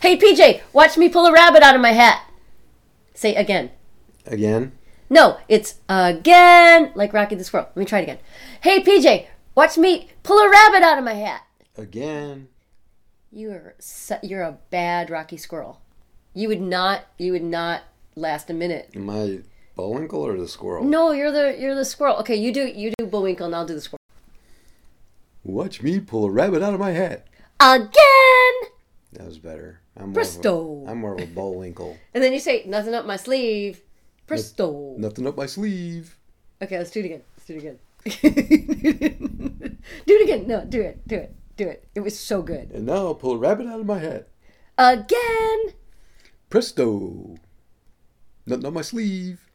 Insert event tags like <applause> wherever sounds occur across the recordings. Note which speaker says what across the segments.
Speaker 1: Hey, PJ, watch me pull a rabbit out of my hat. Say again.
Speaker 2: Again?
Speaker 1: No, it's again, like Rocky the Squirrel. Let me try it again. Hey, PJ, watch me pull a rabbit out of my hat.
Speaker 2: Again.
Speaker 1: You are su- you're a bad Rocky Squirrel. You would not you would not last a minute.
Speaker 2: Am I Bullwinkle or the squirrel?
Speaker 1: No, you're the you're the squirrel. Okay, you do you do Bullwinkle, and I'll do the squirrel
Speaker 2: Watch me pull a rabbit out of my hat.
Speaker 1: again.
Speaker 2: That was better. I'm more
Speaker 1: Bristol.
Speaker 2: Of a, I'm more of a Bullwinkle. <laughs>
Speaker 1: And then you say nothing up my sleeve, Bristol.
Speaker 2: Nothing up my sleeve.
Speaker 1: Okay, let's do it again. <laughs> Let's do it again. do it again. No, do it. Do it. Do it. It was so good.
Speaker 2: And now I'll pull a rabbit out of my hat.
Speaker 1: Again.
Speaker 2: Presto. Nothing up my sleeve.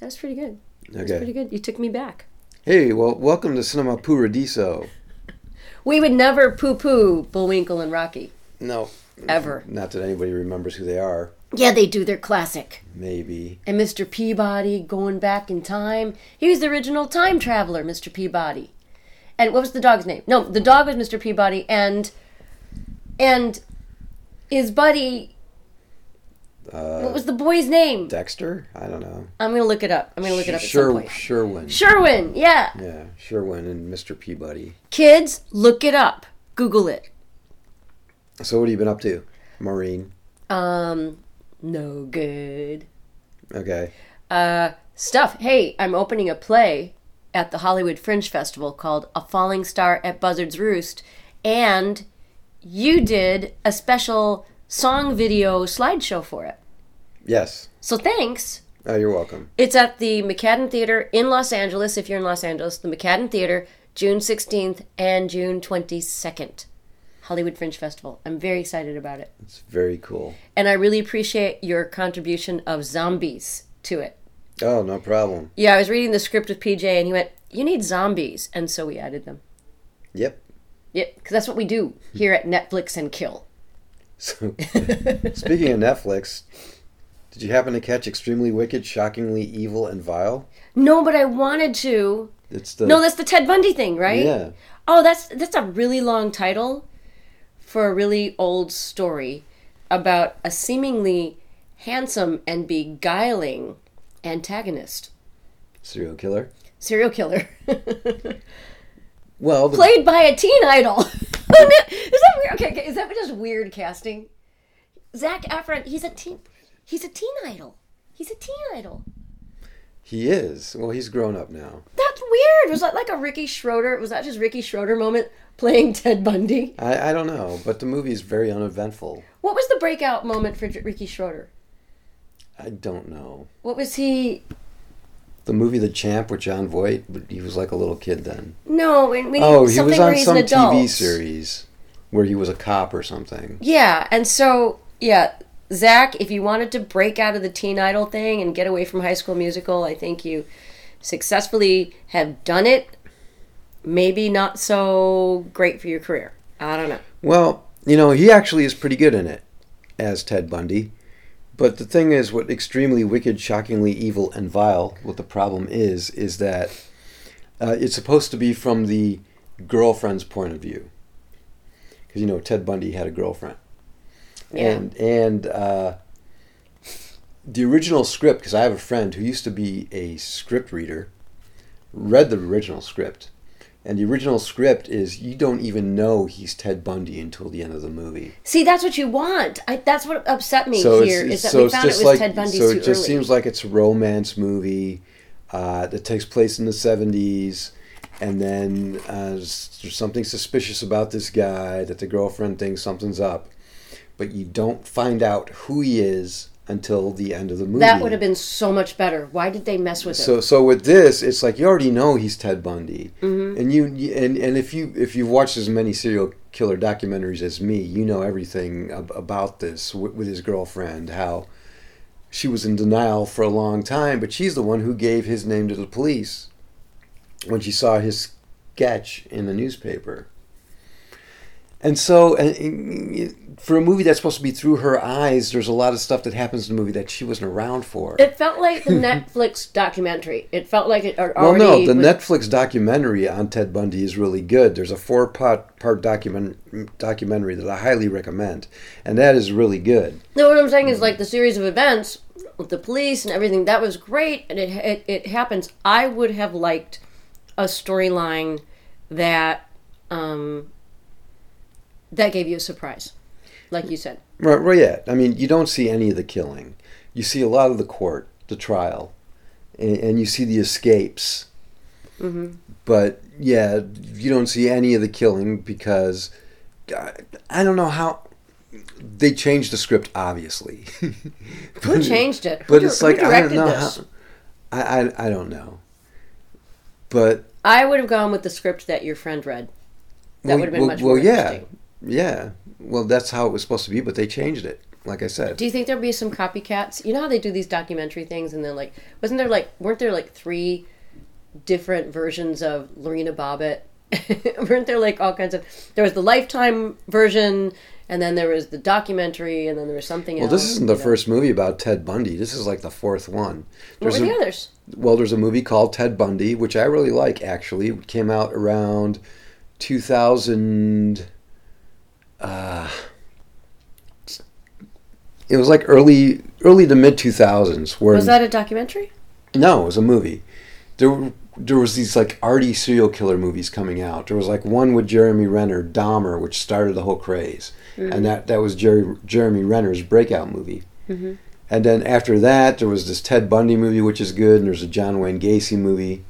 Speaker 1: That was pretty good. That was
Speaker 2: Okay.
Speaker 1: pretty good. You took me back.
Speaker 2: Hey, well, welcome to Cinema Puradiso.
Speaker 1: We would never poo-poo Bullwinkle and Rocky
Speaker 2: No,
Speaker 1: ever.
Speaker 2: not that anybody remembers who they are.
Speaker 1: Yeah, they do. They're classic.
Speaker 2: Maybe.
Speaker 1: And Mr. Peabody going back in time. He was the original time traveler, Mr. Peabody. And what was the dog's name? No, the dog was Mr. Peabody and and his buddy
Speaker 2: Uh,
Speaker 1: what was the boy's name?
Speaker 2: Dexter? I don't know.
Speaker 1: I'm gonna look it up. I'm gonna look it up at
Speaker 2: Sher-
Speaker 1: some point.
Speaker 2: Sherwin.
Speaker 1: Sherwin, yeah.
Speaker 2: yeah, Sherwin and Mr. Peabody.
Speaker 1: Kids, look it up. Google it.
Speaker 2: So, what have you been up to, Maureen?
Speaker 1: Um, no good.
Speaker 2: Okay.
Speaker 1: Uh, stuff. Hey, I'm opening a play at the Hollywood Fringe Festival called A Falling Star at Buzzard's Roost, and you did a special song video slideshow for it.
Speaker 2: Yes.
Speaker 1: So thanks.
Speaker 2: Oh, you're welcome.
Speaker 1: It's at the McCadden Theater in Los Angeles, if you're in Los Angeles, the McCadden Theater, June 16th and June 22nd. Hollywood Fringe Festival. I'm very excited about it.
Speaker 2: It's very cool.
Speaker 1: And I really appreciate your contribution of zombies to it.
Speaker 2: Oh, no problem.
Speaker 1: Yeah, I was reading the script with PJ and he went, You need zombies. And so we added them.
Speaker 2: Yep. <laughs>
Speaker 1: Yep, because that's what we do here at Netflix and Kill.
Speaker 2: So, speaking of Netflix, did you happen to catch Extremely Wicked, Shockingly Evil, and Vile?
Speaker 1: No, but I wanted to.
Speaker 2: It's the
Speaker 1: No, that's the Ted Bundy thing, right?
Speaker 2: yeah.
Speaker 1: Oh, that's that's a really long title for a really old story about a seemingly handsome and beguiling antagonist,
Speaker 2: serial killer.
Speaker 1: serial killer, <laughs>
Speaker 2: Well, the,
Speaker 1: played by a teen idol. <laughs> is that weird? Okay, okay, is that just weird casting? Zach Efron, he's a teen, he's a teen idol. He's a teen idol.
Speaker 2: he is. Well, he's grown up now.
Speaker 1: That's weird. Was that like a Ricky Schroeder? Was that just Ricky Schroeder moment playing Ted Bundy?
Speaker 2: I, I don't know, but the movie is very uneventful.
Speaker 1: What was the breakout moment for J- Ricky Schroeder?
Speaker 2: I don't know.
Speaker 1: What was he?
Speaker 2: The movie The Champ with John Voight, but he was like a little kid then.
Speaker 1: No, we, we
Speaker 2: Oh,
Speaker 1: need
Speaker 2: he
Speaker 1: something
Speaker 2: was
Speaker 1: where
Speaker 2: on
Speaker 1: he's
Speaker 2: some
Speaker 1: an adult.
Speaker 2: TV series where he was a cop or something.
Speaker 1: Yeah, and so yeah, Zach, if you wanted to break out of the teen idol thing and get away from High School Musical, I think you successfully have done it. Maybe not so great for your career. I don't know.
Speaker 2: Well, you know, he actually is pretty good in it as Ted Bundy. But the thing is, what extremely wicked, shockingly evil, and vile, what the problem is, is that uh, it's supposed to be from the girlfriend's point of view. Because, you know, Ted Bundy had a girlfriend.
Speaker 1: Yeah.
Speaker 2: And, and uh, the original script, because I have a friend who used to be a script reader, read the original script. And the original script is you don't even know he's Ted Bundy until the end of the movie.
Speaker 1: See, that's what you want. I, that's what upset me here is that we found it was Ted Bundy
Speaker 2: so
Speaker 1: too
Speaker 2: it just
Speaker 1: early.
Speaker 2: seems like it's a romance movie uh, that takes place in the seventies, and then uh, s- there's something suspicious about this guy that the girlfriend thinks something's up, but you don't find out who he is until the end of the movie.
Speaker 1: that would have been so much better. Why did they mess with it?
Speaker 2: So, so with this, it's like you already know he's Ted Bundy, and you you- and and if you if you've watched as many serial killer documentaries as me, you know everything ab- about this with, with his girlfriend, how she was in denial for a long time, but she's the one who gave his name to the police when she saw his sketch in the newspaper. And so, and- and for a movie that's supposed to be through her eyes, there's a lot of stuff that happens in the movie that she wasn't around for.
Speaker 1: It felt like
Speaker 2: <laughs>
Speaker 1: the Netflix documentary. It felt like it had
Speaker 2: Well,
Speaker 1: already.
Speaker 2: no, the
Speaker 1: was-
Speaker 2: Netflix documentary on Ted Bundy is really good. There's a four part part document documentary that I highly recommend, and that is really good.
Speaker 1: No, what I'm saying is like the series of events with the police and everything. That was great, and it it, it happens. I would have liked a storyline that um, that gave you a surprise, like you said.
Speaker 2: Right, right. Yeah, I mean, you don't see any of the killing. You see a lot of the court, the trial, and, and you see the escapes. But yeah, you don't see any of the killing because I, I don't know how they changed the script. Obviously, <laughs>
Speaker 1: Who changed it?
Speaker 2: Hmm. But
Speaker 1: Who
Speaker 2: it's
Speaker 1: di-
Speaker 2: like
Speaker 1: who
Speaker 2: I don't
Speaker 1: directed
Speaker 2: know
Speaker 1: this?
Speaker 2: how. I, I I don't know. But
Speaker 1: I would have gone with the script that your friend read. That
Speaker 2: well,
Speaker 1: would have been
Speaker 2: well,
Speaker 1: much
Speaker 2: well,
Speaker 1: more
Speaker 2: yeah,
Speaker 1: interesting.
Speaker 2: yeah. Well, that's how it was supposed to be, but they changed it. Like I said,
Speaker 1: Do you think there'll be some copycats? You know how they do these documentary things, and then like, wasn't there like, weren't there like three different versions of Lorena Bobbitt? <laughs> weren't there like all kinds of? There was the Lifetime version, and then there was the documentary, and then there was something
Speaker 2: well,
Speaker 1: else.
Speaker 2: this isn't the
Speaker 1: you know.
Speaker 2: first movie about Ted Bundy. This is like the fourth one.
Speaker 1: What
Speaker 2: There's
Speaker 1: were the
Speaker 2: a-
Speaker 1: others?
Speaker 2: Well, there's a movie called Ted Bundy, which I really like. Actually, it came out around 2000. Uh, it was like early, early to mid 2000s. Where
Speaker 1: Was that a documentary?
Speaker 2: No, it was a movie. There, were- there was these like arty serial killer movies coming out. There was like one with Jeremy Renner, Dahmer, which started the whole craze,
Speaker 1: Mm-hmm.
Speaker 2: and that that was Jerry, Jeremy Renner's breakout movie.
Speaker 1: Mm-hmm.
Speaker 2: And then after that, there was this Ted Bundy movie, which is good, and there's a John Wayne Gacy movie.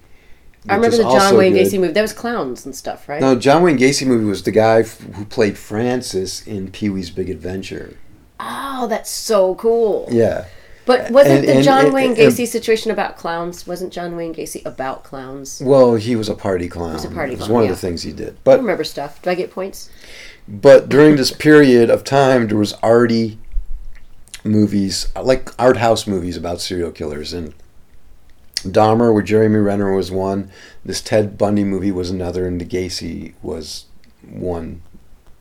Speaker 1: I
Speaker 2: which
Speaker 1: remember
Speaker 2: is
Speaker 1: the John
Speaker 2: also
Speaker 1: Wayne
Speaker 2: good.
Speaker 1: Gacy movie. That was clowns and stuff, right?
Speaker 2: No, John Wayne Gacy movie was the guy f- who played Francis in Pee Wee's Big Adventure.
Speaker 1: Oh, that's so cool.
Speaker 2: Yeah.
Speaker 1: But wasn't
Speaker 2: And-
Speaker 1: the
Speaker 2: and-
Speaker 1: John
Speaker 2: and-
Speaker 1: Wayne
Speaker 2: and-
Speaker 1: Gacy situation about clowns? Wasn't John Wayne Gacy about clowns?
Speaker 2: Well, he was a party clown. He
Speaker 1: was a party
Speaker 2: It was
Speaker 1: clown,
Speaker 2: one
Speaker 1: yeah.
Speaker 2: of the things he did.
Speaker 1: I
Speaker 2: But
Speaker 1: remember stuff. Do I get points?
Speaker 2: but during this period of time, there was already movies like art house movies about serial killers and Dahmer with Jeremy Renner was one. This Ted Bundy movie was another, and the Gacy was one,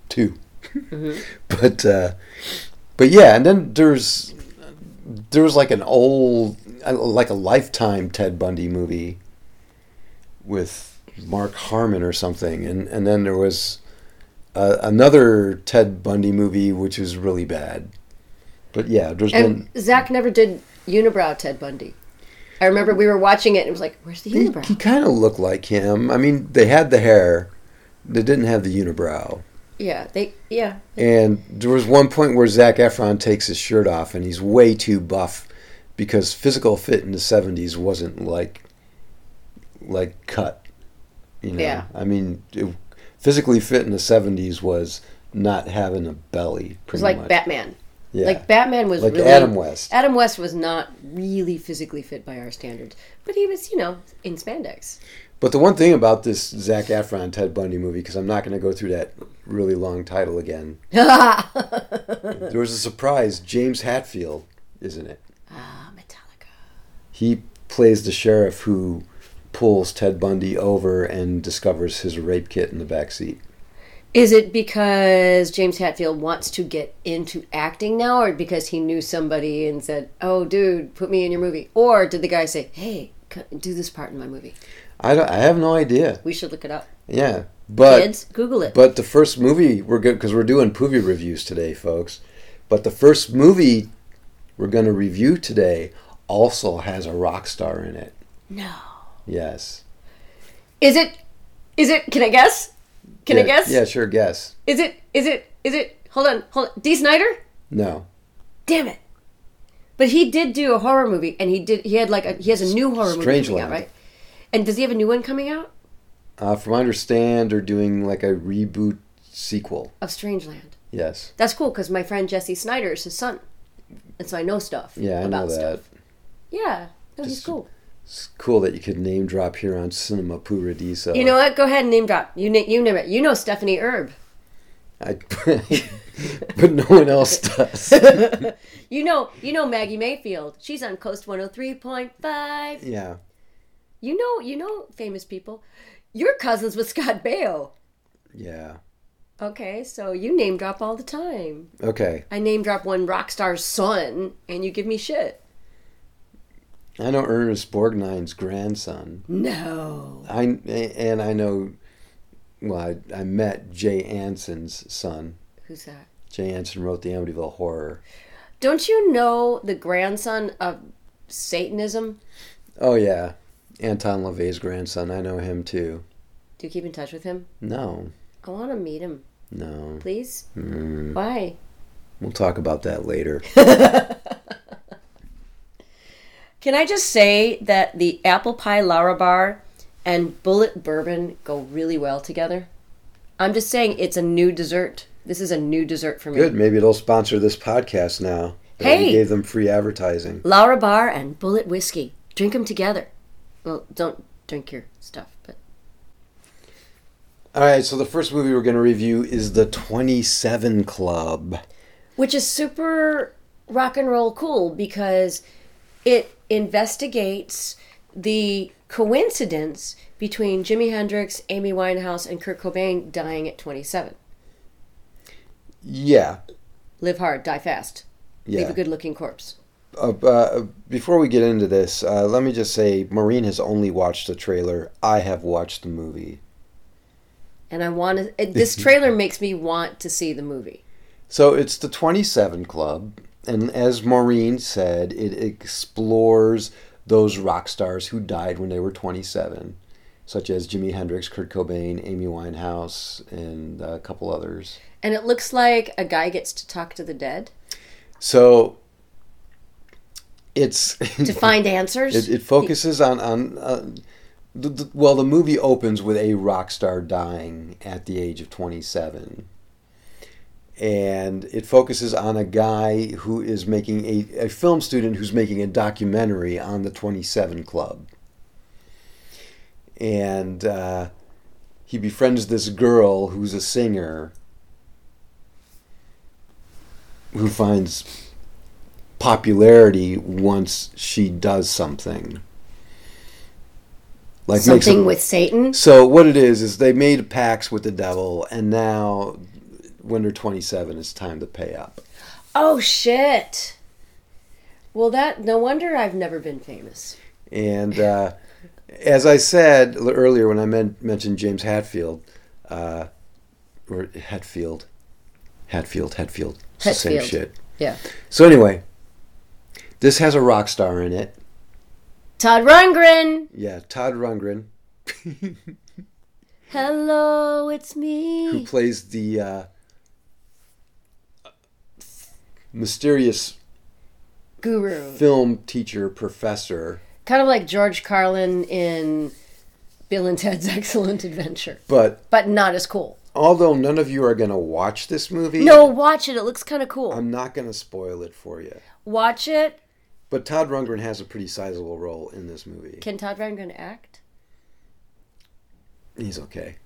Speaker 2: 2 <laughs> But uh, but yeah, and then there's there was like an old uh, like a lifetime Ted Bundy movie with Mark Harmon or something, and and then there was uh, another Ted Bundy movie, which is really bad. But yeah, there's
Speaker 1: And
Speaker 2: been.
Speaker 1: Zach never did unibrow Ted Bundy. I remember we were watching it and it was like, "Where's the
Speaker 2: He, he
Speaker 1: unibrow?"
Speaker 2: kind of looked like him. I mean, they had the hair, they didn't have the unibrow.
Speaker 1: Yeah, they yeah.
Speaker 2: And there was one point where Zach Efron takes his shirt off, and he's way too buff because physical fit in the '70s wasn't like like cut. You know,
Speaker 1: Yeah.
Speaker 2: I mean, it, physically fit in the '70s was not having a belly.
Speaker 1: It was
Speaker 2: Pretty
Speaker 1: like
Speaker 2: much.
Speaker 1: Batman.
Speaker 2: yeah.
Speaker 1: Like Batman was
Speaker 2: Like
Speaker 1: really
Speaker 2: Adam West.
Speaker 1: Adam West was not really physically fit by our standards, but he was, you know, in spandex.
Speaker 2: But the one thing about this Zach Efron Ted Bundy movie, because I'm not going to go through that really long
Speaker 1: <laughs>
Speaker 2: title again,
Speaker 1: ah,
Speaker 2: there was a surprise. James Hatfield, isn't it?
Speaker 1: Uh, Metallica.
Speaker 2: he plays the sheriff who pulls Ted Bundy over and discovers his rape kit in the back seat.
Speaker 1: Is it because James Hatfield wants to get into acting now, or because he knew somebody and said, "Oh, dude, put me in your movie," or did the guy say, "Hey, c- do this part in my movie"?
Speaker 2: I, don't, I have no idea.
Speaker 1: We should look it up.
Speaker 2: Yeah, but
Speaker 1: Kids, Google it.
Speaker 2: but the first movie we're good because we're doing movie reviews today, folks. But the first movie we're going to review today also has a rock star in it.
Speaker 1: no.
Speaker 2: Yes.
Speaker 1: Is it? Is it? Can I guess? Can I
Speaker 2: Yeah,
Speaker 1: guess?
Speaker 2: Yeah, sure. Guess.
Speaker 1: Is it? Is it? Is it? Hold on. Hold on. D. Snyder.
Speaker 2: No.
Speaker 1: Damn it. But he did do a horror movie, and he did. He had like a. He has a new horror movie coming out,
Speaker 2: Strangeland.
Speaker 1: right? And does he have a new one coming out
Speaker 2: Uh, from what I understand, they're doing like a reboot sequel.
Speaker 1: of Strangeland?
Speaker 2: Yes.
Speaker 1: That's cool because my friend Jesse Snyder is his son, and so I know stuff.
Speaker 2: Yeah, I know
Speaker 1: about
Speaker 2: that.
Speaker 1: stuff. Yeah, no, he's cool.
Speaker 2: It's cool that you could name drop here on Cinema Puradiso.
Speaker 1: You know what? Go ahead and name drop. You na- you name it. You know Stephanie Erb.
Speaker 2: I, <laughs> but no one
Speaker 1: <laughs>
Speaker 2: else does.
Speaker 1: You know you know Maggie Mayfield. She's on Coast one hundred three point five.
Speaker 2: yeah.
Speaker 1: You know, you know, famous people. You're cousins with Scott Baio.
Speaker 2: Yeah.
Speaker 1: Okay, so you name drop all the time.
Speaker 2: Okay,
Speaker 1: I name drop one rock star's son, and you give me shit.
Speaker 2: I know Ernest Borgnine's grandson.
Speaker 1: No.
Speaker 2: I and I know. Well, I, I met Jay Anson's son.
Speaker 1: Who's that?
Speaker 2: Jay Anson wrote the Amityville Horror.
Speaker 1: Don't you know the grandson of Satanism?
Speaker 2: Oh yeah, Anton LaVey's grandson. I know him too.
Speaker 1: Do you keep in touch with him?
Speaker 2: No,
Speaker 1: I want to meet him,
Speaker 2: no.
Speaker 1: please.
Speaker 2: Mm,
Speaker 1: Why?
Speaker 2: we'll talk about
Speaker 1: <laughs>
Speaker 2: that later.
Speaker 1: Can I just say that the apple pie Larabar and bullet bourbon go really well together? I'm just saying it's a new dessert. This is a new dessert for me.
Speaker 2: Good. Maybe it'll sponsor this podcast now. that we
Speaker 1: Hey.
Speaker 2: gave them free advertising.
Speaker 1: Laura Bar and Bullet Whiskey. Drink them together. Well, don't drink your stuff, but
Speaker 2: All right. So the first movie we're going to review is the Twenty Seven Club.
Speaker 1: which is super rock and roll cool because it investigates the coincidence between Jimi Hendrix, Amy Winehouse, and Kurt Cobain dying at 27.
Speaker 2: Yeah.
Speaker 1: Live hard, die fast.
Speaker 2: Yeah.
Speaker 1: Leave a good-looking corpse.
Speaker 2: uh, uh, before we get into this, uh, let me just say, Maureen has only watched the trailer. I have watched the movie.
Speaker 1: And I want
Speaker 2: <laughs>
Speaker 1: to. it- This trailer makes me want to see the movie.
Speaker 2: So it's the 27 Club, and as Maureen said, it explores those rock stars who died when they were 27, such as Jimi Hendrix, Kurt Cobain, Amy Winehouse, and a couple others.
Speaker 1: And it looks like a guy gets to talk to the dead
Speaker 2: So it's <laughs>
Speaker 1: to find answers.
Speaker 2: It, it focuses on on uh, the, the, well, the movie opens with a rock star dying at the age of 27, and it focuses on a guy who is making a, a film student who's making a documentary on the 27 Club, and uh, he befriends this girl who's a singer who finds popularity once she does something. Like makes
Speaker 1: Something
Speaker 2: a-
Speaker 1: with Satan.
Speaker 2: So what it is is they made pacts with the devil, and now when they're twenty seven, it's time to pay up.
Speaker 1: Oh shit. Well, that no wonder I've never been famous.
Speaker 2: And uh, as I said l- earlier when I men- mentioned James Hatfield, uh, or Hatfield, Hatfield, Hatfield, it's the same
Speaker 1: Hetfield.
Speaker 2: shit.
Speaker 1: Yeah.
Speaker 2: So anyway, this has a rock star in it.
Speaker 1: Todd Rundgren.
Speaker 2: Yeah, Todd Rundgren,
Speaker 1: Hello, it's
Speaker 2: who
Speaker 1: me.
Speaker 2: plays the uh, mysterious
Speaker 1: Guru.
Speaker 2: film teacher professor.
Speaker 1: Kind of like George Carlin in Bill and Ted's <laughs> Excellent Adventure,
Speaker 2: But
Speaker 1: but not as cool.
Speaker 2: although none of you are going to watch this movie,
Speaker 1: No, watch it. It looks kind of cool.
Speaker 2: I'm not going to spoil it for you.
Speaker 1: Watch it.
Speaker 2: But Todd Rundgren has a pretty sizable role in this movie.
Speaker 1: Can Todd Rundgren act?
Speaker 2: He's okay.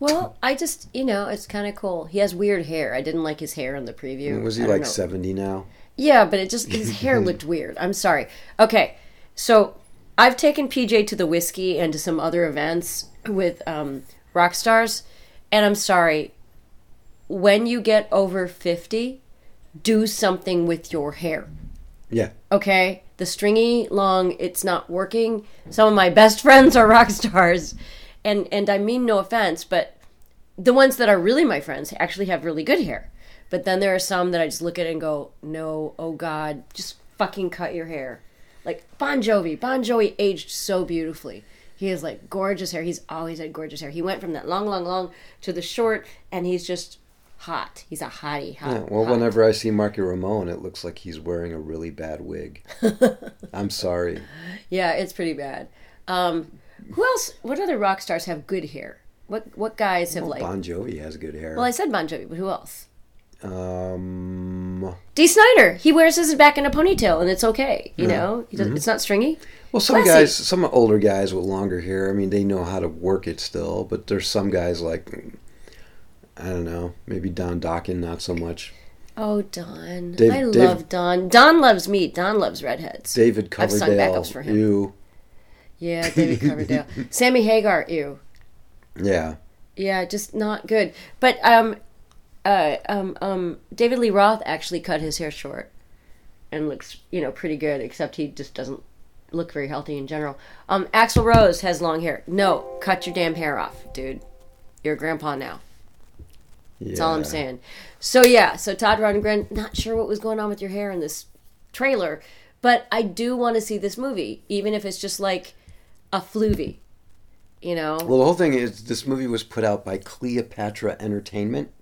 Speaker 1: Well, I just, you know, it's kind of cool. He has weird hair. I didn't like his hair in the preview.
Speaker 2: Was he
Speaker 1: I don't
Speaker 2: like
Speaker 1: know.
Speaker 2: 70 now?
Speaker 1: Yeah, but it just his hair looked weird. I'm sorry. Okay, so I've taken PJ to the whiskey and to some other events with um, rock stars, and I'm sorry. When you get over fifty, do something with your hair.
Speaker 2: Yeah.
Speaker 1: Okay, the stringy long, it's not working. Some of my best <laughs> friends are rock stars, and and I mean no offense, but the ones that are really my friends actually have really good hair. But then there are some that I just look at and go, no, oh God, just fucking cut your hair. Like Bon Jovi. Bon Jovi aged so beautifully. He has like gorgeous hair. He's always had gorgeous hair. He went from that long, long, long to the short, and he's just hot. He's a hottie, hot.
Speaker 2: Yeah, Well,
Speaker 1: hot.
Speaker 2: whenever I see Marky Ramone, it looks like he's wearing a really bad wig.
Speaker 1: <laughs>
Speaker 2: I'm sorry.
Speaker 1: Yeah, it's pretty bad. Um, who else? What other rock stars have good hair? What what guys have like?
Speaker 2: Oh, Bon Jovi has good hair.
Speaker 1: well, I said Bon Jovi, but who else?
Speaker 2: Um,
Speaker 1: D. Snyder. He wears his back in a ponytail, and it's okay. You know, he does,
Speaker 2: Mm-hmm.
Speaker 1: it's not stringy.
Speaker 2: well, some
Speaker 1: Classy.
Speaker 2: guys, some older guys with longer hair, I mean, they know how to work it still, but there's some guys like, I don't know, maybe Don Dokken, not so much.
Speaker 1: Oh, Don.
Speaker 2: Dave-
Speaker 1: I
Speaker 2: Dave-
Speaker 1: love Don. Don loves me. Don loves redheads.
Speaker 2: David
Speaker 1: I've
Speaker 2: Coverdale.
Speaker 1: sung backups for him.
Speaker 2: Ew. <laughs>
Speaker 1: Yeah, David Coverdale. Sammy Hagar. Ew.
Speaker 2: Yeah.
Speaker 1: Yeah, just not good. But um, uh, um, um, David Lee Roth actually cut his hair short, and looks you know pretty good. Except he just doesn't look very healthy in general. Um, Axl Rose has long hair. No, cut your damn hair off, dude. You're a grandpa now. That's all I'm
Speaker 2: Yeah.
Speaker 1: saying. So yeah, so Todd Rundgren, not sure what was going on with your hair in this trailer, but I do want to see this movie, even if it's just like a fluvie, you know.
Speaker 2: Well, the whole thing is this movie was put out by Cleopatra Entertainment.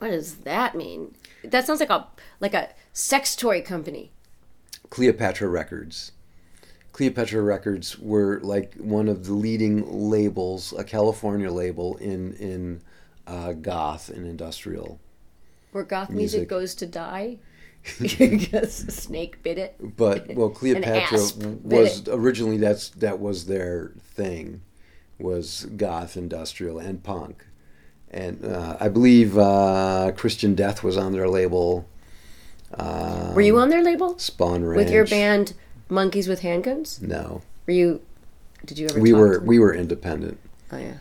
Speaker 1: What does that mean? That sounds like a like a sex toy company.
Speaker 2: Cleopatra Records. Cleopatra Records were like one of the leading labels, a California label in in uh, goth and industrial.
Speaker 1: Where goth music,
Speaker 2: Music.
Speaker 1: goes to
Speaker 2: <laughs>
Speaker 1: die <laughs> because a snake bit it. <laughs>
Speaker 2: But well, Cleopatra
Speaker 1: asp did
Speaker 2: was originally that's that was their thing, was goth industrial and punk, and uh, I believe uh, Christian Death was on their label. Uh,
Speaker 1: Were you on their label
Speaker 2: Spawn Ranch
Speaker 1: with your band Monkeys with Handguns?
Speaker 2: No,
Speaker 1: Were you? Did you ever?
Speaker 2: we
Speaker 1: talk
Speaker 2: were
Speaker 1: to-
Speaker 2: we were independent.
Speaker 1: Oh yeah.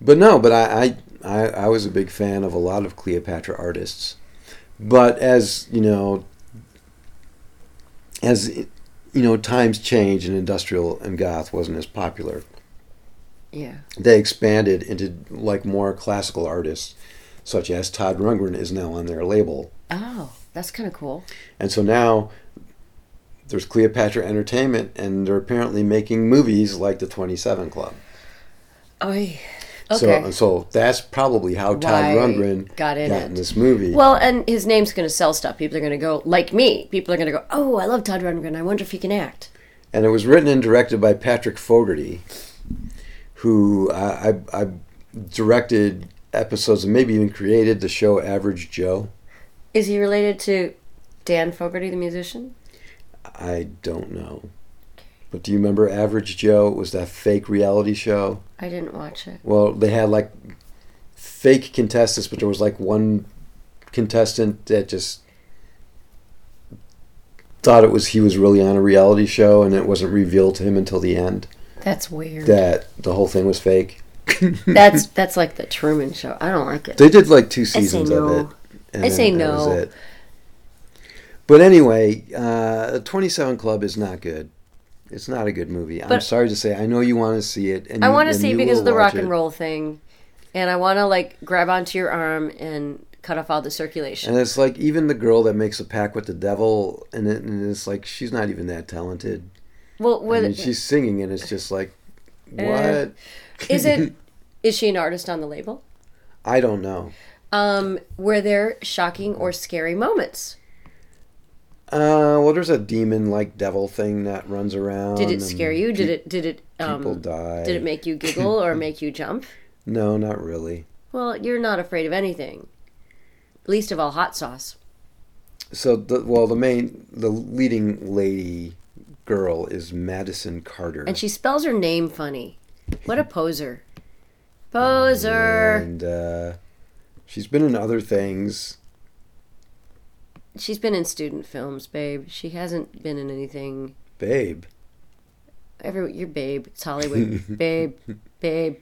Speaker 2: But no, but I, I, I, I was a big fan of a lot of Cleopatra artists. But as you know, as you know, times change and industrial and goth wasn't as popular.
Speaker 1: Yeah.
Speaker 2: They expanded into like more classical artists, such as Todd Rundgren is now on their label,
Speaker 1: Oh, that's kind of cool.
Speaker 2: and so now there's Cleopatra Entertainment, and they're apparently making movies like the Twenty Seven Club.
Speaker 1: Oh. Okay.
Speaker 2: So, uh, so that's probably how Todd
Speaker 1: Why
Speaker 2: Rundgren
Speaker 1: got in it.
Speaker 2: this movie.
Speaker 1: Well, and his name's going to sell stuff. People are going to go like me. People are going to go, "Oh, I love Todd Rundgren. I wonder if he can act."
Speaker 2: and it was written and directed by Patrick Fogarty, who I, I, I directed episodes and maybe even created the show Average Joe.
Speaker 1: Is he related to Dan Fogarty, the musician?
Speaker 2: I don't know, but do you remember Average Joe? It was that fake reality show.
Speaker 1: I didn't watch it.
Speaker 2: Well, they had like fake contestants, but there was like one contestant that just thought it was he was really on a reality show, and it wasn't revealed to him until the end
Speaker 1: That's weird.
Speaker 2: that the whole thing was fake.
Speaker 1: that's that's like the Truman Show. I don't like it.
Speaker 2: They did like two seasons
Speaker 1: no.
Speaker 2: of it. and
Speaker 1: I say
Speaker 2: then that was
Speaker 1: no.
Speaker 2: it. But anyway, uh, 27 Club is not good. It's not a good movie. I'm
Speaker 1: But-
Speaker 2: sorry to say. I know you want to see it. And
Speaker 1: I
Speaker 2: you-
Speaker 1: want to
Speaker 2: and
Speaker 1: see
Speaker 2: you
Speaker 1: because
Speaker 2: will
Speaker 1: of the
Speaker 2: watch
Speaker 1: rock and
Speaker 2: it.
Speaker 1: roll thing, and I want to like grab onto your arm and cut off all the circulation.
Speaker 2: And it's like even the girl that makes a pact with the devil, and, it, and it's like she's not even that talented.
Speaker 1: well,
Speaker 2: I
Speaker 1: with,
Speaker 2: mean, <laughs> she's singing, and it's just like, what?
Speaker 1: Eh. is it? Is she an artist on the label?
Speaker 2: I don't know.
Speaker 1: Um, were there shocking or scary moments?
Speaker 2: Uh, well, there's a demon-like devil thing that runs around.
Speaker 1: Did it scare you? Did it? Did it?
Speaker 2: People
Speaker 1: Um,
Speaker 2: die.
Speaker 1: did it make you giggle
Speaker 2: <laughs>
Speaker 1: or make you jump?
Speaker 2: no, not really.
Speaker 1: Well, you're not afraid of anything. Least of all hot sauce.
Speaker 2: So the well, the main, the leading lady girl is Madison Carter,
Speaker 1: And she spells her name funny. What a poser. Poser.
Speaker 2: and uh, she's been in other things.
Speaker 1: She's been in student films, babe. She hasn't been in anything.
Speaker 2: Babe,
Speaker 1: Every you're babe. It's
Speaker 2: <laughs>
Speaker 1: Hollywood. babe. Babe.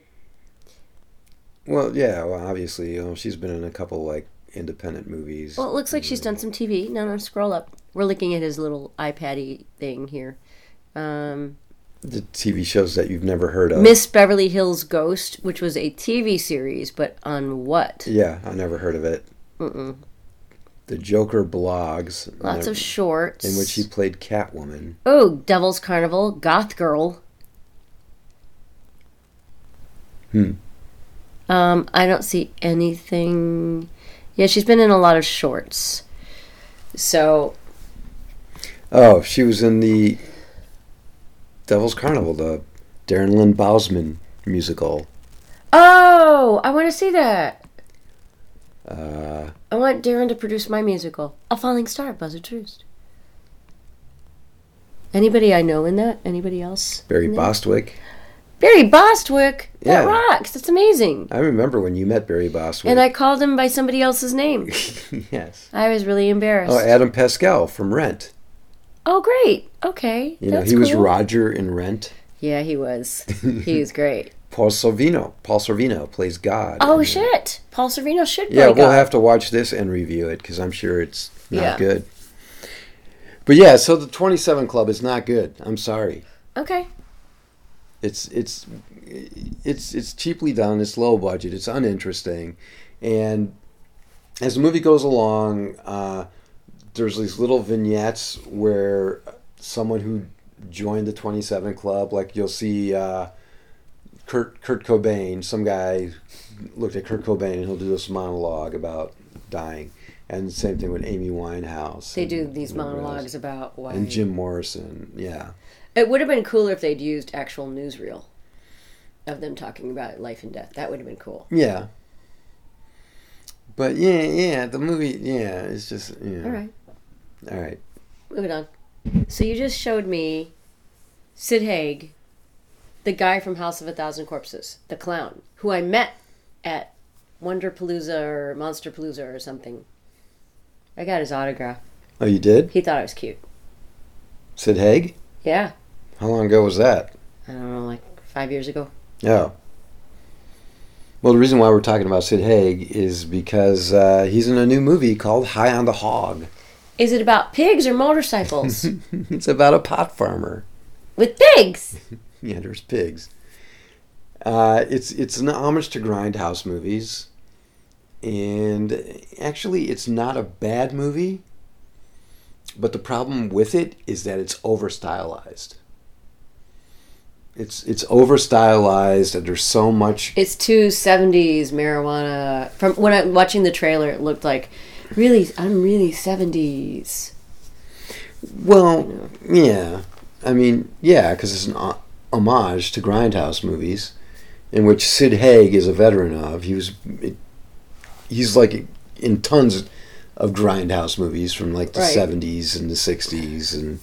Speaker 2: well, yeah, well, obviously, you know, she's been in a couple like independent movies.
Speaker 1: Well, it looks like she's done some TV. No, no, scroll up. We're looking at his little iPad-y thing here. Um,
Speaker 2: the TV shows that you've never heard of.
Speaker 1: Miss Beverly Hills Ghost, which was a TV series, but on what?
Speaker 2: yeah, I never heard of it.
Speaker 1: Mm-mm.
Speaker 2: The Joker blogs,
Speaker 1: Lots
Speaker 2: uh,
Speaker 1: of shorts.
Speaker 2: in which he played Catwoman.
Speaker 1: Oh, Devil's Carnival, Goth Girl.
Speaker 2: Hmm.
Speaker 1: Um, I don't see anything. Yeah, she's been in a lot of shorts. So
Speaker 2: Oh, she was in the Devil's Carnival, the Darren Lynn Bousman musical.
Speaker 1: Oh, I want to see that.
Speaker 2: Uh,
Speaker 1: I want Darren to produce my musical, A Falling Star, Buzzard Troost. Anybody I know in that? Anybody else?
Speaker 2: Barry
Speaker 1: in that?
Speaker 2: Bostwick.
Speaker 1: Barry Bostwick.
Speaker 2: Yeah.
Speaker 1: That rocks. That's amazing.
Speaker 2: I remember when you met Barry Bostwick.
Speaker 1: And I called him by somebody else's name.
Speaker 2: <laughs> yes.
Speaker 1: I was really embarrassed.
Speaker 2: Oh, Adam Pascal from Rent.
Speaker 1: Oh, great. Okay.
Speaker 2: You know,
Speaker 1: That's
Speaker 2: he was
Speaker 1: cool.
Speaker 2: Roger in Rent. <laughs>
Speaker 1: Yeah, he was. He was great.
Speaker 2: Paul Sorvino. Paul Sorvino plays God.
Speaker 1: Oh
Speaker 2: in it.
Speaker 1: shit! Paul Sorvino should.
Speaker 2: Yeah,
Speaker 1: break
Speaker 2: we'll
Speaker 1: up.
Speaker 2: have to watch this and review it because I'm sure it's not
Speaker 1: Yeah.
Speaker 2: good. But yeah, so the 27 Club is not good. I'm sorry.
Speaker 1: Okay.
Speaker 2: It's it's it's it's cheaply done. It's low budget. It's uninteresting, and as the movie goes along, uh, there's these little vignettes where someone who joined the 27 Club, like you'll see uh, Kurt Kurt Cobain, some guy looked at Kurt Cobain, and he'll do this monologue about dying, and same thing with Amy Winehouse.
Speaker 1: They
Speaker 2: and-
Speaker 1: do these
Speaker 2: and everyone else.
Speaker 1: monologues about why.
Speaker 2: And Jim Morrison, yeah.
Speaker 1: It would have been cooler if they'd used actual newsreel of them talking about life and death. That would have been cool.
Speaker 2: Yeah. But yeah, yeah, the movie, yeah, it's just yeah.
Speaker 1: All right,
Speaker 2: All right.
Speaker 1: moving on. So you just showed me Sid Haig, the guy from House of a Thousand Corpses, the clown, who I met at Wonderpalooza or Monsterpalooza or something. I got his autograph.
Speaker 2: Oh, you did?
Speaker 1: He thought I was cute.
Speaker 2: Sid Haig?
Speaker 1: Yeah,
Speaker 2: How long ago was that?
Speaker 1: I don't know, like five years ago.
Speaker 2: Oh. Well, the reason why we're talking about Sid Haig is because uh, he's in a new movie called High on the Hog. <laughs>
Speaker 1: Is it about pigs or <laughs> motorcycles?
Speaker 2: it's about a pot farmer.
Speaker 1: With pigs.
Speaker 2: Yeah, there's pigs. Uh, it's it's an homage to grindhouse movies, and actually, it's not a bad movie. But the problem with it is that it's over stylized. It's it's over stylized, and there's so much.
Speaker 1: It's two seventies marijuana. From when I watching the trailer, it looked like really. I'm really seventies.
Speaker 2: Well, yeah, I mean, yeah, because it's an ho- homage to grindhouse movies, in which Sid Haig is a veteran of. He was, it, he's like in tons of grindhouse movies from like the
Speaker 1: Right.
Speaker 2: seventies and the sixties and.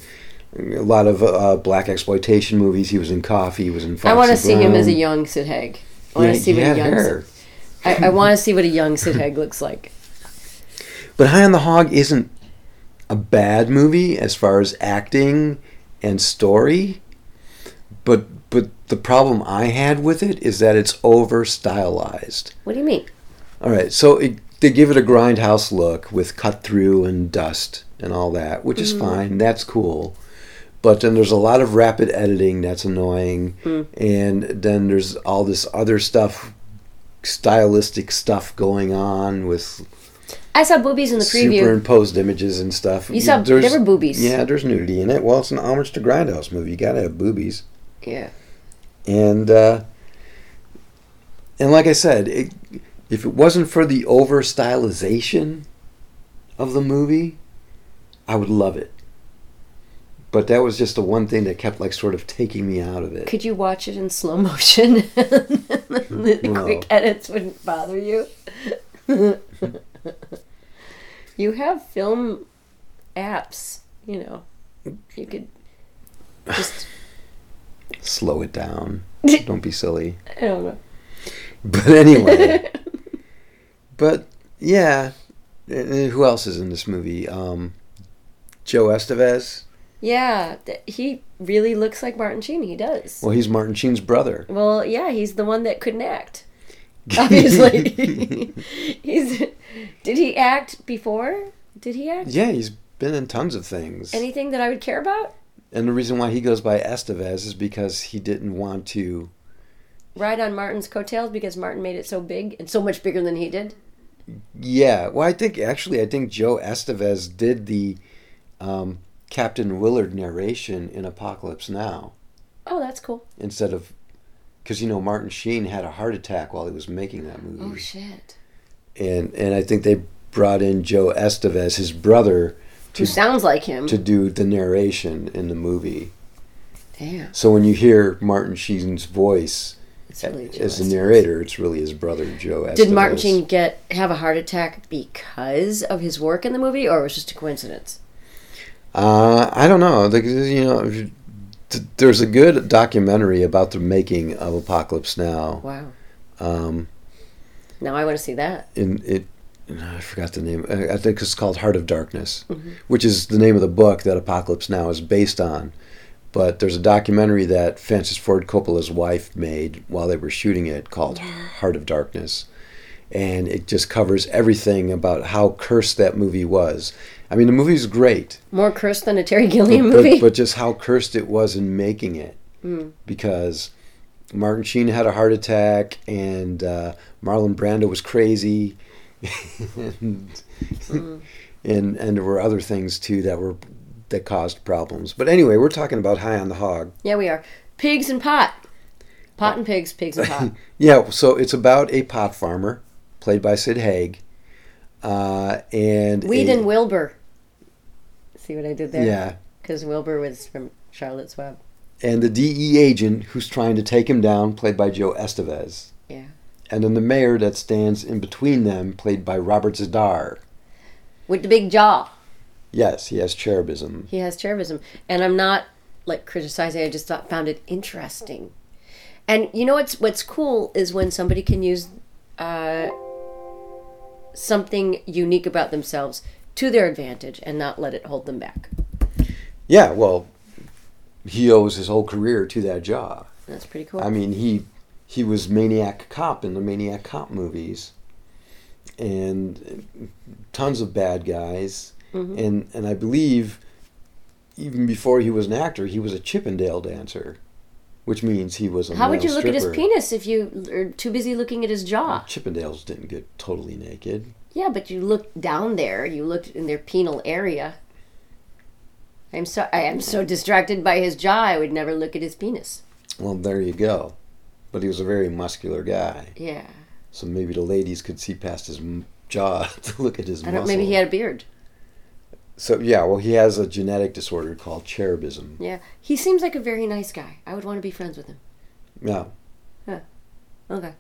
Speaker 2: A lot of uh, black exploitation movies. He was in Coffee. He was in. Foxy
Speaker 1: I want to see him as a
Speaker 2: Brown.
Speaker 1: young Sid Haig. I
Speaker 2: He
Speaker 1: want to
Speaker 2: had-
Speaker 1: see
Speaker 2: he
Speaker 1: what a
Speaker 2: had
Speaker 1: young.
Speaker 2: hair.
Speaker 1: Sid- I, I want to see what a young Sid Haig looks like.
Speaker 2: But High on the Hog isn't a bad movie as far as acting and story. But but the problem I had with it is that it's over stylized.
Speaker 1: What do you mean?
Speaker 2: All right, so it, they give it a grindhouse look with cut through and dust and all that, which is fine. That's cool. But then there's a lot of rapid editing that's annoying, and then there's all this other stuff, stylistic stuff going on with
Speaker 1: I saw boobies in the preview.
Speaker 2: superimposed images and stuff.
Speaker 1: You saw-
Speaker 2: There's-
Speaker 1: there were boobies.
Speaker 2: Yeah, there's nudity in it. Well, it's an homage to Grindhouse movie. You gotta have boobies.
Speaker 1: Yeah.
Speaker 2: And uh, and like I said, it, if it wasn't for the over stylization of the movie, I would love it. But that was just the one thing that kept like sort of taking me out of it.
Speaker 1: Could you watch it in slow motion? <laughs> the
Speaker 2: Well.
Speaker 1: quick edits wouldn't bother you. you have film apps, you know. You could just
Speaker 2: Slow
Speaker 1: <laughs>
Speaker 2: it down. Don't be silly.
Speaker 1: I don't know. <laughs>
Speaker 2: But anyway, but yeah, And- and who else is in this movie? Um, Joe Estevez.
Speaker 1: Yeah, th- he really looks like Martin Sheen. He does.
Speaker 2: Well, he's Martin Sheen's brother.
Speaker 1: Well, yeah, he's the one that couldn't act. <laughs>
Speaker 2: <laughs>
Speaker 1: Obviously, he's. Did he act before? Did he act
Speaker 2: yeah, he's been in tons of things. And,
Speaker 1: anything that I would care about?
Speaker 2: the reason why he goes by Estevez is because he didn't want to.
Speaker 1: ride on Martin's coattails because Martin made it so big and so much bigger than he did.
Speaker 2: Yeah, well, I think actually, I think Joe Estevez did the um, Captain Willard narration in Apocalypse Now
Speaker 1: Oh, that's cool.
Speaker 2: instead of. Because, you know, Martin Sheen had a heart attack while he was making that movie.
Speaker 1: Oh shit.
Speaker 2: and and I think they brought in Joe Estevez, his brother,
Speaker 1: Who sounds like him?
Speaker 2: to do the narration in the movie.
Speaker 1: Damn,
Speaker 2: So when you hear Martin Sheen's voice
Speaker 1: it's really
Speaker 2: as
Speaker 1: jealous.
Speaker 2: the narrator, it's really his brother Joe Estevez.
Speaker 1: Did Martin Sheen get have a heart attack because of his work in the movie, or it was just a coincidence?
Speaker 2: Uh, I don't know. Like, You know, if you- th- there's a good documentary about the making of Apocalypse Now.
Speaker 1: Wow.
Speaker 2: Um,
Speaker 1: Now I want to see that.
Speaker 2: in it I forgot the name. I I think it's called Heart of Darkness, which is the name of the book that Apocalypse Now is based on. But there's a documentary that Francis Ford Coppola's wife made while they were shooting it called Heart of Darkness. And it just covers everything about how cursed that movie was. I mean, the movie's great,
Speaker 1: More cursed than a Terry Gilliam
Speaker 2: but,
Speaker 1: movie. Hmm.
Speaker 2: but just how cursed it was in making it. Because Martin Sheen had a heart attack and uh, Marlon Brando was crazy. <laughs> and,
Speaker 1: Hmm.
Speaker 2: and and there were other things too that were that caused problems. But anyway, we're talking about High on the Hog.
Speaker 1: <laughs> yeah, we are. Pigs and pot. Pot and pigs, pigs and
Speaker 2: <laughs>
Speaker 1: pot.
Speaker 2: Yeah, so it's about a pot farmer played by Sid Haig. Uh, and
Speaker 1: Weed
Speaker 2: a-
Speaker 1: and Wilbur. See what I did there?
Speaker 2: Yeah.
Speaker 1: Because Wilbur was from Charlotte's Web.
Speaker 2: and the DE agent who's trying to take him down, played by Joe Estevez.
Speaker 1: Yeah.
Speaker 2: And then the mayor that stands in between them, played by Robert Zadar.
Speaker 1: With the big jaw.
Speaker 2: Yes, he has cherubism.
Speaker 1: He has cherubism. And I'm not like criticizing, I just thought, found it interesting. And you know what's what's cool is when somebody can use uh, something unique about themselves to their advantage and not let it hold them back.
Speaker 2: Yeah, well, he owes his whole career to that job.
Speaker 1: That's pretty cool.
Speaker 2: I mean, he he was maniac cop in the maniac cop movies, and tons of bad guys,
Speaker 1: Mm-hmm.
Speaker 2: and and I believe even before he was an actor, he was a Chippendale dancer, which means he was a
Speaker 1: How would
Speaker 2: male
Speaker 1: you look at his
Speaker 2: stripper.
Speaker 1: penis if you are too busy looking at his jaw?
Speaker 2: Chippendales didn't get totally naked.
Speaker 1: Yeah, but you looked down there. You looked in their penal area. I'm so I am so distracted by his jaw. I would never look at his penis.
Speaker 2: Well, there you go. But he was a very muscular guy,
Speaker 1: Yeah,
Speaker 2: so maybe the ladies could see past his m- jaw <laughs> to look at his
Speaker 1: I
Speaker 2: muscle.
Speaker 1: don't. Maybe he had a beard.
Speaker 2: so yeah, well, he has a genetic disorder called cherubism.
Speaker 1: Yeah, he seems like a very nice guy. I would want to be friends with him.
Speaker 2: Yeah.
Speaker 1: Okay.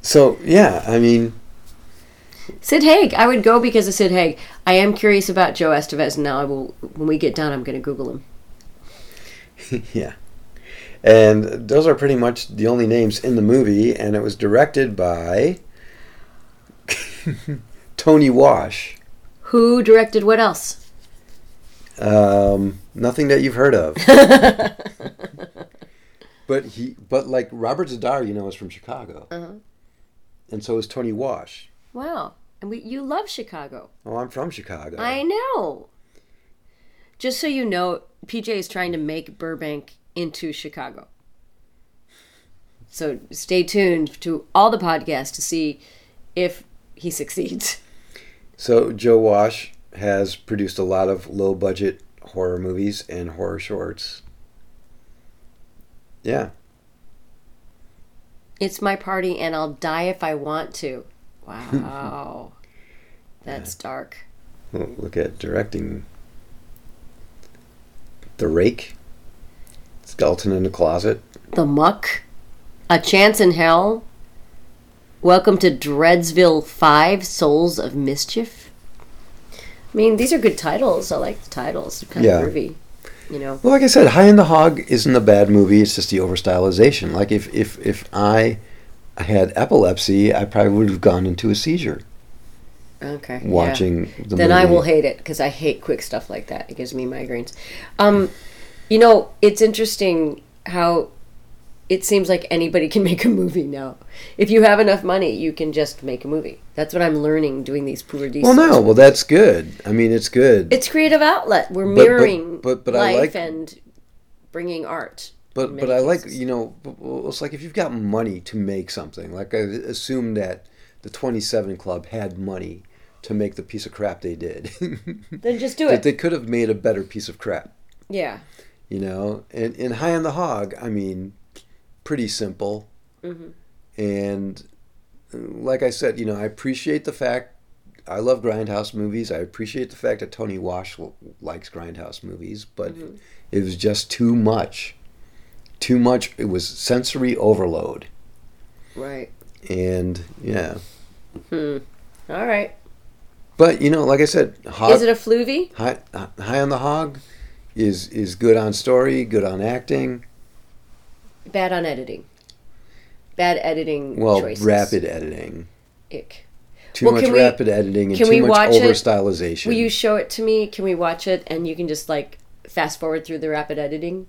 Speaker 2: So yeah, I mean,
Speaker 1: Sid Haig. I would go because of Sid Haig. I am curious about Joe Estevez. and Now I will. When we get done, I'm going to Google him.
Speaker 2: yeah, and those are pretty much the only names in the movie, and it was directed by <laughs> Tony Wash.
Speaker 1: Who directed what else?
Speaker 2: Um, nothing that you've
Speaker 1: <laughs>
Speaker 2: heard of, but he, but like Robert Zadar, you know, is from Chicago,
Speaker 1: Uh-huh.
Speaker 2: and so is Tony Wash.
Speaker 1: wow. And we, you love Chicago.
Speaker 2: Oh, I'm from Chicago.
Speaker 1: I know. Just so you know, PJ is trying to make Burbank into Chicago. So stay tuned to all the podcasts to see if he <laughs> succeeds.
Speaker 2: So Joe Wash has produced a lot of low budget horror movies and horror shorts. Yeah.
Speaker 1: It's my party and I'll die if I want to.
Speaker 2: <laughs>
Speaker 1: Wow. That's dark.
Speaker 2: Well, look at directing The Rake, Skeleton in the Closet.
Speaker 1: The Muck, A Chance in Hell. Welcome to Dreadsville 5 Souls of Mischief. I mean, these are good titles. I like the titles. They're kind
Speaker 2: Yeah.
Speaker 1: of groovy, you know.
Speaker 2: Well, like I said, High in the Hog isn't a bad movie. It's just the overstylization. Like if if if I had epilepsy, I probably would have gone into a seizure
Speaker 1: Okay. yeah.
Speaker 2: watching the
Speaker 1: then
Speaker 2: movie.
Speaker 1: I will hate it because I hate quick stuff like that. It gives me migraines. Um, you know, it's interesting how it seems like anybody <laughs> can make a movie now. If you have enough money, you can just make a movie. That's what I'm learning doing these poor D.
Speaker 2: Well, no. Well, that's good. I mean, it's good.
Speaker 1: It's creative outlet. We're
Speaker 2: but-
Speaker 1: mirroring
Speaker 2: but- but I
Speaker 1: life
Speaker 2: like-
Speaker 1: and bringing art.
Speaker 2: But
Speaker 1: in
Speaker 2: but
Speaker 1: many
Speaker 2: I like
Speaker 1: cases.
Speaker 2: you know b- b- it's like if you've got money to make something like I assume that the Twenty Seven Club had money to make the piece of crap they did. <laughs>
Speaker 1: Then just do
Speaker 2: that
Speaker 1: it.
Speaker 2: they could have made a better piece of crap,
Speaker 1: yeah.
Speaker 2: you know. And in High on the Hog, I mean, pretty simple.
Speaker 1: Mm-hmm.
Speaker 2: And uh, like I said, you know, I appreciate the fact I love grindhouse movies. I appreciate the fact that Tony Wash l- likes grindhouse movies, but
Speaker 1: Mm-hmm.
Speaker 2: it was just too much. Too much. It was sensory overload,
Speaker 1: Right. Hmm.
Speaker 2: and yeah.
Speaker 1: All right.
Speaker 2: But you know, like I said, Hog,
Speaker 1: Is it a fluvy?
Speaker 2: High, High on the Hog is is good on story, good on acting.
Speaker 1: Bad on editing. Bad editing
Speaker 2: Well,
Speaker 1: choices.
Speaker 2: rapid editing.
Speaker 1: Ick.
Speaker 2: Too
Speaker 1: Well,
Speaker 2: much
Speaker 1: can we-
Speaker 2: rapid editing and
Speaker 1: can we
Speaker 2: too much
Speaker 1: watch it?
Speaker 2: <laughs> over stylization.
Speaker 1: Will you show it to me? Can we watch it? And you can just like fast forward through the rapid editing,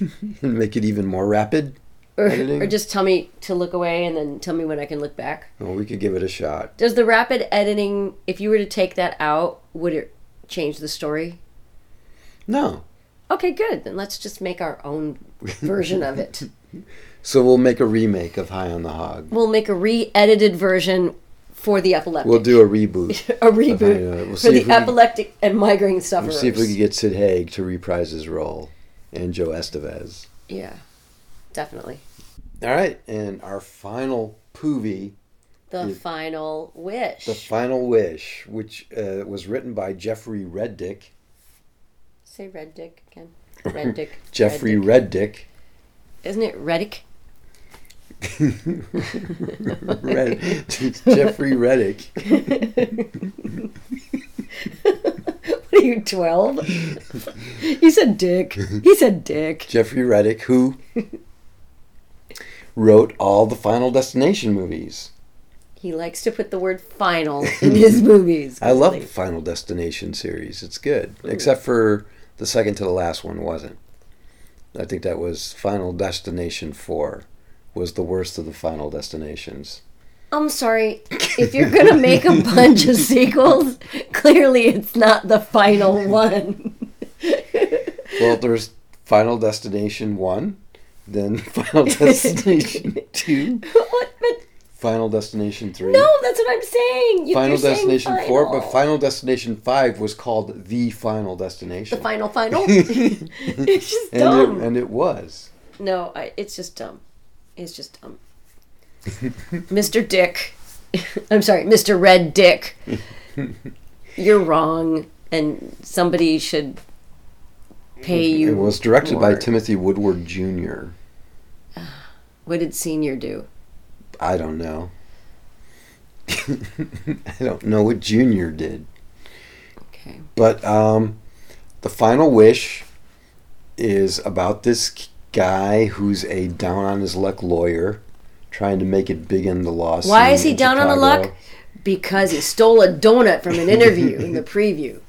Speaker 2: and make it even more rapid.
Speaker 1: or,
Speaker 2: Editing?
Speaker 1: or just tell me to look away and then tell me when I can look back.
Speaker 2: Well, we could give it a shot.
Speaker 1: Does the rapid editing, if you were to take that out, would it change the story?
Speaker 2: No.
Speaker 1: Okay, good. Then let's just make our own version of
Speaker 2: <laughs>
Speaker 1: it.
Speaker 2: So we'll make a remake of High on the Hog.
Speaker 1: We'll make a re-edited version for the epileptic.
Speaker 2: We'll do a
Speaker 1: <laughs>
Speaker 2: reboot.
Speaker 1: a reboot
Speaker 2: Okay, yeah, we'll see
Speaker 1: for the
Speaker 2: if we can-
Speaker 1: epileptic and migraine sufferers.
Speaker 2: We'll see if we can get Sid Haig to reprise his role and Joe Estevez.
Speaker 1: Yeah, definitely.
Speaker 2: All right, and our final poovie,
Speaker 1: The
Speaker 2: Yeah.
Speaker 1: final wish.
Speaker 2: The Final Wish, which uh, was written by Jeffrey Reddick.
Speaker 1: Say red dick
Speaker 2: <laughs>
Speaker 1: again. Red dick.
Speaker 2: Jeffrey
Speaker 1: Red dick.
Speaker 2: Reddick. <laughs>
Speaker 1: Isn't it Reddick?
Speaker 2: Red, <laughs> Jeffrey Reddick. <laughs>
Speaker 1: <laughs> What are you, 12? <laughs> he said dick. He said dick.
Speaker 2: Jeffrey Reddick, who wrote all the Final Destination movies.
Speaker 1: He likes to put the word final in
Speaker 2: <laughs>
Speaker 1: his movies.
Speaker 2: I love the
Speaker 1: really.
Speaker 2: Final Destination series. It's good, except for the second to the last one wasn't. I think that was Final Destination 4 was the worst of the Final Destinations.
Speaker 1: I'm sorry. If you're going to make a bunch of sequels, <laughs> clearly it's not the
Speaker 2: <laughs>
Speaker 1: final one. <laughs>
Speaker 2: Well, there's Final Destination 1, then <laughs>
Speaker 1: <laughs>
Speaker 2: Final Destination 2,
Speaker 1: what? But
Speaker 2: Final Destination 3.
Speaker 1: no, that's what I'm saying. You,
Speaker 2: Final
Speaker 1: you're saying
Speaker 2: Destination 4, but
Speaker 1: final.
Speaker 2: Final Destination 5 was called The Final Destination.
Speaker 1: The final
Speaker 2: <laughs>
Speaker 1: final. <laughs> it's just
Speaker 2: and,
Speaker 1: dumb.
Speaker 2: It, and it was.
Speaker 1: No, I, it's just dumb. It's just dumb. <laughs> Mr. Dick. <laughs> I'm sorry, Mr. Red
Speaker 2: <laughs>
Speaker 1: Dick. You're wrong, and somebody should pay you.
Speaker 2: It was directed by
Speaker 1: more.
Speaker 2: Timothy Woodward Jr.
Speaker 1: What did Senior do?
Speaker 2: I don't know. <laughs> I don't know what Jr. did.
Speaker 1: Okay.
Speaker 2: But um, The Final Wish is about this k- guy who's a down on his luck lawyer trying to make it big in the law scene
Speaker 1: Why is he
Speaker 2: in
Speaker 1: down on the
Speaker 2: Chicago.
Speaker 1: luck? Because he stole a donut from an interview in the preview.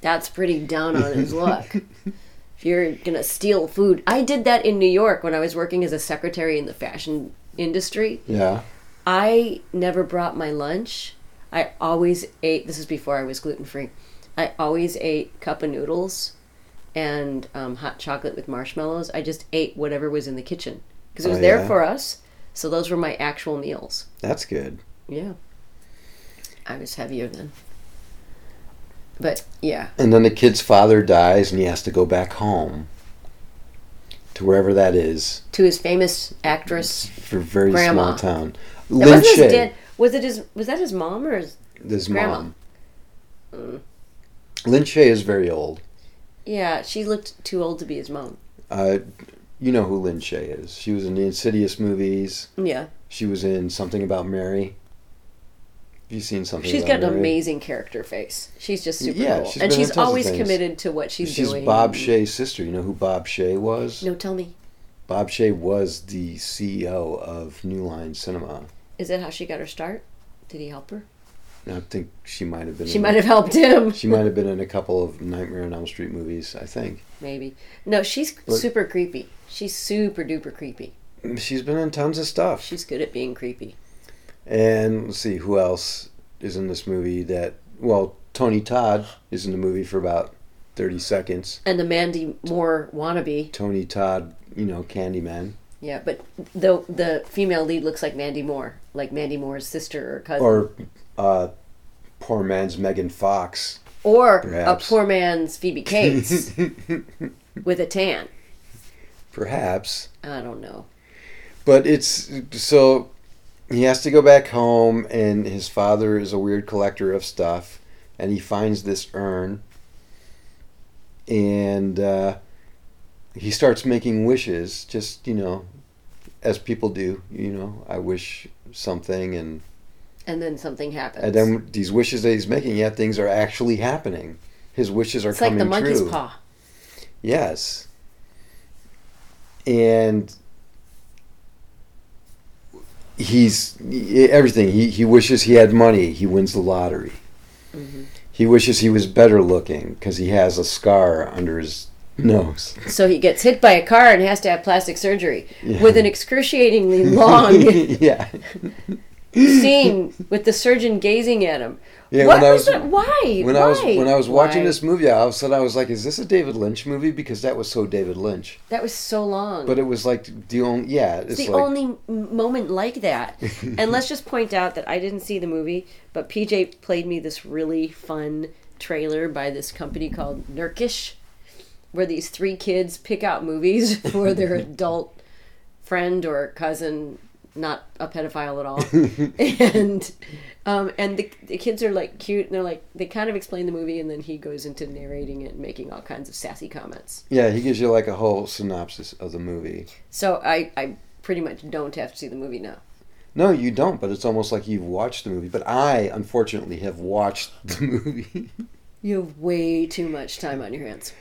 Speaker 1: That's pretty down on his luck. If you're gonna steal food, I did that in New York when I was working as a secretary in the fashion industry.
Speaker 2: Yeah.
Speaker 1: I never brought my lunch. I always ate. This is before I was gluten free. I always ate cup of noodles and um, hot chocolate with marshmallows. I just ate whatever was in the kitchen because it was
Speaker 2: Oh,
Speaker 1: there
Speaker 2: yeah?
Speaker 1: for us. So those were my actual meals.
Speaker 2: That's good.
Speaker 1: Yeah, I was heavier then. But yeah,
Speaker 2: And then the kid's father dies, and he has to go back home to wherever that is
Speaker 1: to his famous actress,
Speaker 2: for a very
Speaker 1: Grandma.
Speaker 2: small town.
Speaker 1: that
Speaker 2: Lynn
Speaker 1: wasn't his
Speaker 2: Shay,
Speaker 1: dad. Was it his? Was that his mom or his?
Speaker 2: his
Speaker 1: grandma.
Speaker 2: mom. Lynn Shay is very old.
Speaker 1: Yeah, she looked too old to be his mom.
Speaker 2: Uh, you know who Lynn Shay is. She was in the Insidious movies.
Speaker 1: Yeah,
Speaker 2: She was in Something About Mary. Have you seen something?
Speaker 1: She's
Speaker 2: about
Speaker 1: got an
Speaker 2: Mary?
Speaker 1: amazing character face. She's just super
Speaker 2: Yeah,
Speaker 1: cool.
Speaker 2: she's
Speaker 1: and
Speaker 2: been in
Speaker 1: she's
Speaker 2: tons of
Speaker 1: always
Speaker 2: things.
Speaker 1: committed to what she's,
Speaker 2: She's
Speaker 1: doing.
Speaker 2: Bob Shea's sister. You know who Bob Shea was?
Speaker 1: No, tell me.
Speaker 2: Bob Shea was the CEO of New Line Cinema.
Speaker 1: Is that how she got her start? Did he help her?
Speaker 2: And I think she might have been.
Speaker 1: She
Speaker 2: in
Speaker 1: might have helped him. <laughs>
Speaker 2: She might have been in a couple of Nightmare on Elm Street movies, I think.
Speaker 1: Maybe. No, she's
Speaker 2: But-
Speaker 1: super creepy. She's super duper creepy.
Speaker 2: She's been in tons of stuff.
Speaker 1: She's good at being creepy.
Speaker 2: And let's see, who else is in this movie that, well, Tony Todd is in the movie for about 30 seconds.
Speaker 1: And the Mandy Moore wannabe.
Speaker 2: Tony Todd, you know, Candyman.
Speaker 1: Yeah, but the the female lead looks like Mandy Moore, like Mandy Moore's sister or cousin, or,
Speaker 2: Or uh, poor man's Megan Fox.
Speaker 1: a
Speaker 2: perhaps.
Speaker 1: poor man's
Speaker 2: <laughs>
Speaker 1: Phoebe Cates with a tan.
Speaker 2: Perhaps.
Speaker 1: I don't know.
Speaker 2: But it's so he has to go back home, and his father is a weird collector of stuff, and he finds this urn, and uh, he starts making wishes, just you know, as people do. You know, I wish something, and
Speaker 1: And then something happens.
Speaker 2: and then these wishes that he's making, yeah, things are actually happening. His wishes are
Speaker 1: it's like
Speaker 2: coming
Speaker 1: the monkey's
Speaker 2: true.
Speaker 1: paw.
Speaker 2: Yes. And
Speaker 1: Mm-hmm.
Speaker 2: he's everything. He, he wishes he had money. He wins the lottery. He wishes he was better looking because he has a scar under his nose.
Speaker 1: So he gets hit by a car and has to have plastic surgery
Speaker 2: Yeah.
Speaker 1: with an excruciatingly long
Speaker 2: <laughs> yeah.
Speaker 1: scene with the surgeon gazing at him.
Speaker 2: Yeah,
Speaker 1: what
Speaker 2: when I
Speaker 1: was,
Speaker 2: was-
Speaker 1: that? Why?
Speaker 2: When I was
Speaker 1: Why?
Speaker 2: when I was watching
Speaker 1: Why?
Speaker 2: this movie, I was said I was like, "Is this a David Lynch movie?" Because that was so David Lynch.
Speaker 1: that was so long.
Speaker 2: But it was like the only yeah, it's
Speaker 1: it's the
Speaker 2: like
Speaker 1: only m- moment like that.
Speaker 2: <laughs>
Speaker 1: and let's just point out that I didn't see the movie, but PJ played me this really fun trailer by this company called Nurkish, where these three kids pick out movies <laughs> for
Speaker 2: <laughs>
Speaker 1: their adult friend or cousin, not a pedophile at all.
Speaker 2: <laughs>
Speaker 1: and um, and the, the kids are like cute and they're like, they kind of explain the movie, and then he goes into narrating it and making all kinds of sassy comments.
Speaker 2: yeah, he gives you like a whole synopsis of the movie.
Speaker 1: So I, I pretty much don't have to see the movie now.
Speaker 2: No, you don't, but it's almost like you've watched the movie. But I unfortunately have watched <laughs> the movie.
Speaker 1: You have way too much time on your hands.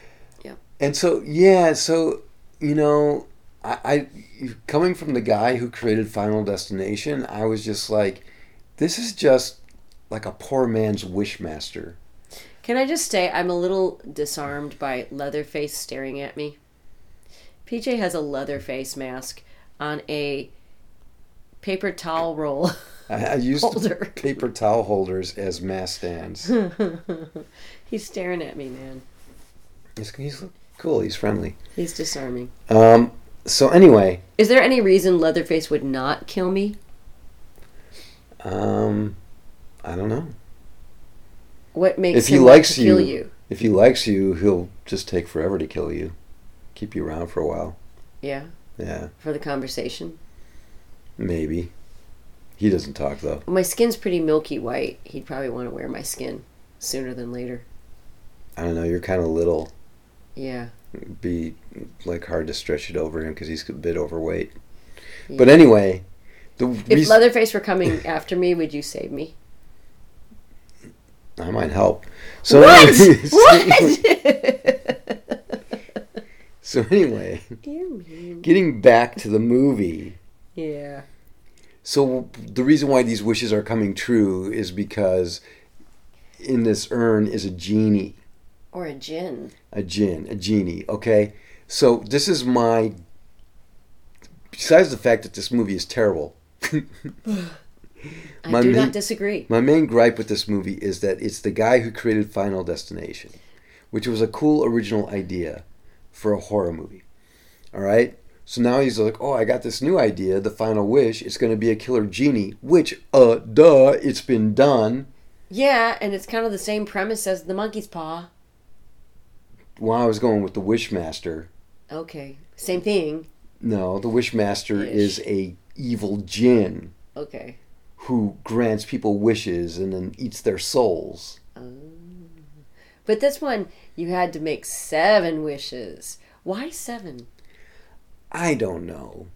Speaker 2: And so, yeah, so you know, I, I coming from the guy who created Final Destination, I was just like, this is just like a poor man's Wishmaster.
Speaker 1: Can I just say I'm a little disarmed by Leatherface staring at me? PJ has a Leatherface mask on a paper towel roll. <laughs>
Speaker 2: I, I used
Speaker 1: Holder.
Speaker 2: <laughs> paper towel holders as mass stands.
Speaker 1: He's staring at me, man.
Speaker 2: he's, he's cool. He's friendly.
Speaker 1: He's disarming.
Speaker 2: Um. So anyway,
Speaker 1: Is there any reason Leatherface would not kill me?
Speaker 2: um, I don't know.
Speaker 1: What makes
Speaker 2: If he
Speaker 1: him want
Speaker 2: likes
Speaker 1: to kill
Speaker 2: you-
Speaker 1: you?
Speaker 2: If he likes you, he'll just take forever to kill you, keep you around for a while.
Speaker 1: Yeah,
Speaker 2: Yeah,
Speaker 1: for the conversation.
Speaker 2: maybe. He doesn't talk though.
Speaker 1: My skin's pretty milky white. He'd probably want to wear my skin sooner than later.
Speaker 2: I don't know. You're kind of little.
Speaker 1: Yeah.
Speaker 2: be like hard to stretch it over him because he's a bit overweight.
Speaker 1: Yeah.
Speaker 2: But anyway, the
Speaker 1: If
Speaker 2: reason
Speaker 1: Leatherface were coming after me, would you save me?
Speaker 2: I might help. So <laughs> anyways- so anyway,
Speaker 1: Dear me.
Speaker 2: getting back to the movie.
Speaker 1: Yeah.
Speaker 2: So the reason why these wishes are coming true is because in this urn is a genie,
Speaker 1: Or a gin.
Speaker 2: a jinn, a genie. Okay, so this is my. Besides the fact that this movie is terrible, <laughs>
Speaker 1: I
Speaker 2: My
Speaker 1: do
Speaker 2: meat-
Speaker 1: not disagree.
Speaker 2: My main gripe with this movie is that it's the guy who created Final Destination, which was a cool original idea for a horror movie. All right? So now he's like, oh, I got this new idea, The Final Wish. It's going to be a killer genie, which, uh, duh, it's been done.
Speaker 1: Yeah, and it's kind of the same premise as the monkey's paw.
Speaker 2: While I was going with The Wishmaster,
Speaker 1: Okay. Same thing.
Speaker 2: no, The Wishmaster
Speaker 1: Ish.
Speaker 2: is a evil jinn
Speaker 1: Okay.
Speaker 2: who grants people wishes and then eats their souls.
Speaker 1: Oh. But this one, you had to make seven wishes. Why seven?
Speaker 2: I don't know.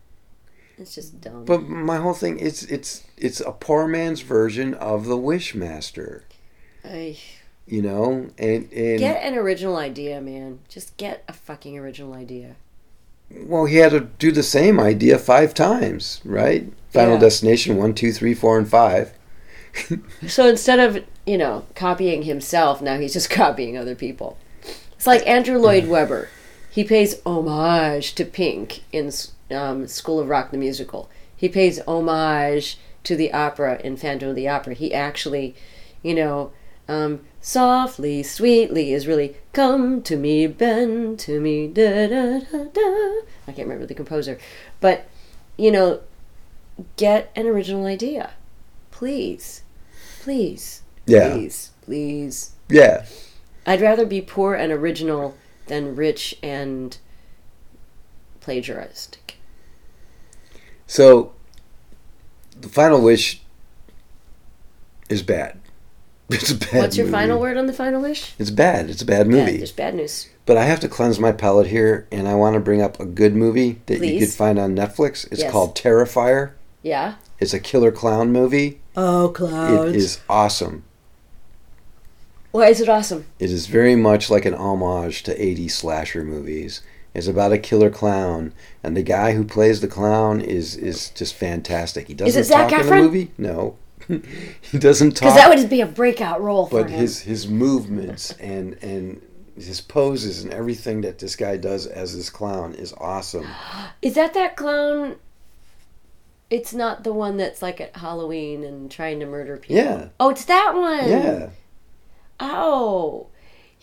Speaker 1: It's just dumb.
Speaker 2: But my whole thing it's it's it's a poor man's version of the Wishmaster,
Speaker 1: I,
Speaker 2: you know, and and
Speaker 1: get an original idea, man. Just get a fucking original idea.
Speaker 2: well, he had to do the same idea five times, right? Final
Speaker 1: Yeah.
Speaker 2: Destination one, two, three, four, and five.
Speaker 1: So instead of, you know, copying himself, now he's just <laughs> copying other people. It's like Andrew Lloyd Webber. He pays homage to Pink in um, School of Rock the Musical. He pays homage to the opera in Phantom of the Opera. He actually, you know, um, softly, sweetly is really come to me, bend to me, da da da da. I can't remember the composer, but you know, get an original idea, please, please,
Speaker 2: Yeah,
Speaker 1: please, please.
Speaker 2: yeah,
Speaker 1: I'd rather be poor and original than rich and plagiaristic.
Speaker 2: So the final wish is bad. <laughs> It's a bad.
Speaker 1: What's your
Speaker 2: movie.
Speaker 1: final word on the final wish?
Speaker 2: It's bad. It's a bad
Speaker 1: Yeah,
Speaker 2: movie.
Speaker 1: there's bad news.
Speaker 2: but I have to cleanse my palate here, and I want to bring up a good movie that you
Speaker 1: Please.
Speaker 2: could find on Netflix. It's
Speaker 1: Yes.
Speaker 2: called Terrifier.
Speaker 1: Yeah.
Speaker 2: It's a killer clown movie.
Speaker 1: Oh,
Speaker 2: It is awesome.
Speaker 1: Why is it awesome?
Speaker 2: It is very much like an homage to 80 slasher movies. It's about a killer clown, and the guy who plays the clown is is just fantastic. He doesn't
Speaker 1: Zac
Speaker 2: talk in the
Speaker 1: Efron?
Speaker 2: movie. No, <laughs> he doesn't talk.
Speaker 1: Because that would be a breakout role for
Speaker 2: but
Speaker 1: him.
Speaker 2: his his movements and and his poses and everything that this guy does as this clown is awesome.
Speaker 1: Is that that clown? It's not the one that's like at Halloween and trying to murder people.
Speaker 2: Yeah,
Speaker 1: Oh, it's that one.
Speaker 2: yeah,
Speaker 1: Oh.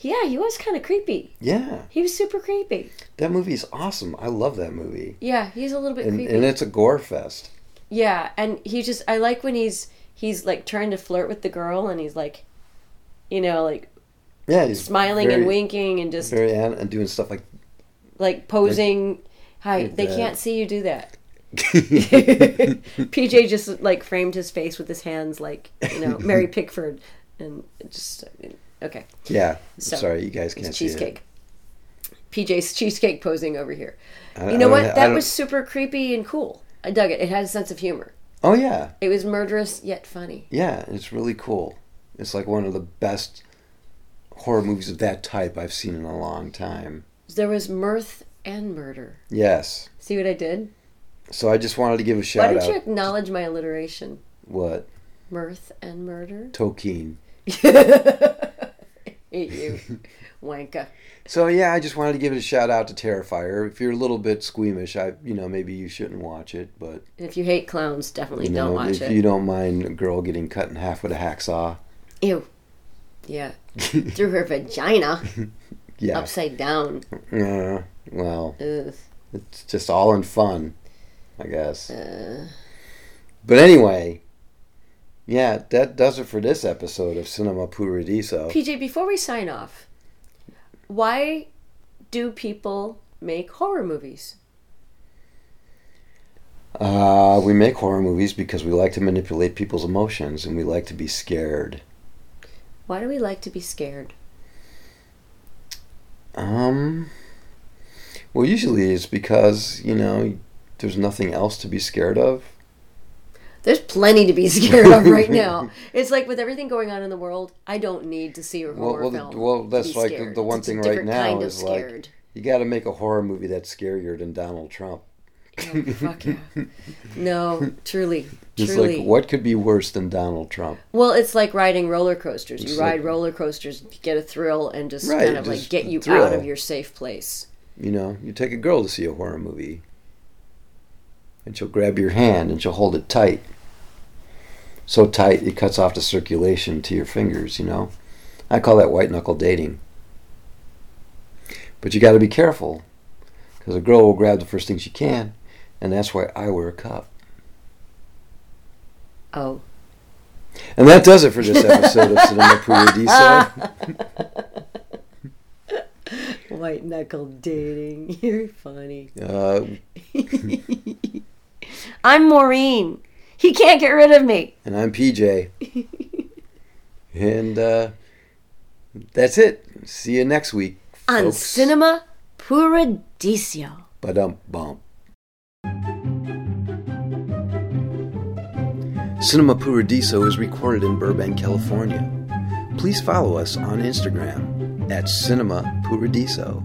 Speaker 1: Yeah, he was kind of creepy.
Speaker 2: yeah.
Speaker 1: He was super creepy.
Speaker 2: That movie is awesome. I love that movie,
Speaker 1: Yeah, he's a little bit
Speaker 2: and
Speaker 1: creepy.
Speaker 2: and it's a gore fest.
Speaker 1: Yeah, and he just I like when he's he's like trying to flirt with the girl and he's like you know, like
Speaker 2: Yeah, he's
Speaker 1: smiling
Speaker 2: very,
Speaker 1: and winking and just
Speaker 2: very an- and doing stuff
Speaker 1: <laughs>
Speaker 2: like. <laughs>
Speaker 1: like posing. Hi,
Speaker 2: like
Speaker 1: they
Speaker 2: that.
Speaker 1: can't see you do
Speaker 2: <laughs>
Speaker 1: that. PJ just like framed his face with his hands like, you know, Mary Pickford and it just okay.
Speaker 2: yeah,
Speaker 1: So,
Speaker 2: sorry, you guys can't
Speaker 1: It's
Speaker 2: see it.
Speaker 1: cheesecake. PJ's cheesecake posing over here.
Speaker 2: I don't-
Speaker 1: You
Speaker 2: I
Speaker 1: know
Speaker 2: don't
Speaker 1: what?
Speaker 2: ha- I
Speaker 1: That
Speaker 2: don't-
Speaker 1: was super creepy and cool. I dug it. It had a sense of humor.
Speaker 2: Oh yeah,
Speaker 1: It was murderous yet funny.
Speaker 2: yeah. It's really cool. It's like one of the best horror movies of that type I've seen in a long time.
Speaker 1: There was mirth and murder.
Speaker 2: Yes.
Speaker 1: See what I did?
Speaker 2: So I just wanted to give a
Speaker 1: Why
Speaker 2: shout
Speaker 1: don't
Speaker 2: out.
Speaker 1: you acknowledge my alliteration?
Speaker 2: What
Speaker 1: Mirth and
Speaker 2: <laughs>
Speaker 1: murder. <laughs>
Speaker 2: Tolkien?
Speaker 1: Eat you, wanka.
Speaker 2: So yeah, I just wanted to give it a shout out to Terrifier. If you're a little bit squeamish, I you know maybe you shouldn't watch it, but
Speaker 1: And if you hate clowns, definitely
Speaker 2: you
Speaker 1: don't
Speaker 2: know
Speaker 1: watch
Speaker 2: if
Speaker 1: it.
Speaker 2: you don't mind a girl getting cut in half with a hacksaw, <laughs>
Speaker 1: Ew. Yeah. Through her vagina,
Speaker 2: <laughs> yeah,
Speaker 1: upside down.
Speaker 2: Uh, well,
Speaker 1: Ugh.
Speaker 2: it's just all in fun, I guess.
Speaker 1: Uh,
Speaker 2: But anyway, yeah, that does it for this episode of Cinema Puradiso.
Speaker 1: PJ, before we sign off, why do people make horror movies?
Speaker 2: Uh, we make horror movies because we like to manipulate people's emotions and we like to be scared.
Speaker 1: Why do we like to be scared?
Speaker 2: Um, well, usually it's because, you know, there's nothing else to be scared of.
Speaker 1: There's plenty to be <laughs> scared of right now.
Speaker 2: <laughs>
Speaker 1: It's like with everything going on in the world, I don't need to see a
Speaker 2: Well,
Speaker 1: horror
Speaker 2: well,
Speaker 1: film.
Speaker 2: the, well
Speaker 1: to
Speaker 2: that's
Speaker 1: be
Speaker 2: like the,
Speaker 1: scared.
Speaker 2: the one
Speaker 1: It's a
Speaker 2: thing right
Speaker 1: different
Speaker 2: now
Speaker 1: kind of
Speaker 2: is like you got to make a horror movie that's scarier than Donald Trump.
Speaker 1: Oh, fuck yeah. <laughs> No, truly,
Speaker 2: <laughs> It's
Speaker 1: truly.
Speaker 2: like what could be worse than Donald Trump?
Speaker 1: Well, it's like riding roller coasters.
Speaker 2: It's
Speaker 1: you ride
Speaker 2: like-
Speaker 1: roller coasters, to get a thrill, and just
Speaker 2: Right,
Speaker 1: kind of like
Speaker 2: just
Speaker 1: get you
Speaker 2: thrill.
Speaker 1: out of your safe place.
Speaker 2: You know, you take a girl to see a horror movie, and she'll grab your hand and she'll hold it tight, so tight it cuts off the circulation to your fingers. You know, I call that white knuckle dating. But you got to be careful, because a girl will grab the first thing she can, and that's why I wear a cup.
Speaker 1: Oh. <laughs>
Speaker 2: And that does it for this episode of Cinema Paradiso.
Speaker 1: White knuckle dating. <laughs> You're funny.
Speaker 2: Uh,
Speaker 1: I'm Maureen. He can't get rid of me. <laughs>
Speaker 2: and I'm PJ. and uh, that's it. See you next week.
Speaker 1: On
Speaker 2: folks.
Speaker 1: Cinema Puradicio.
Speaker 2: Ba-dum bump. Cinema Paradiso is recorded in Burbank, California. Please follow us on Instagram at Cinema Paradiso.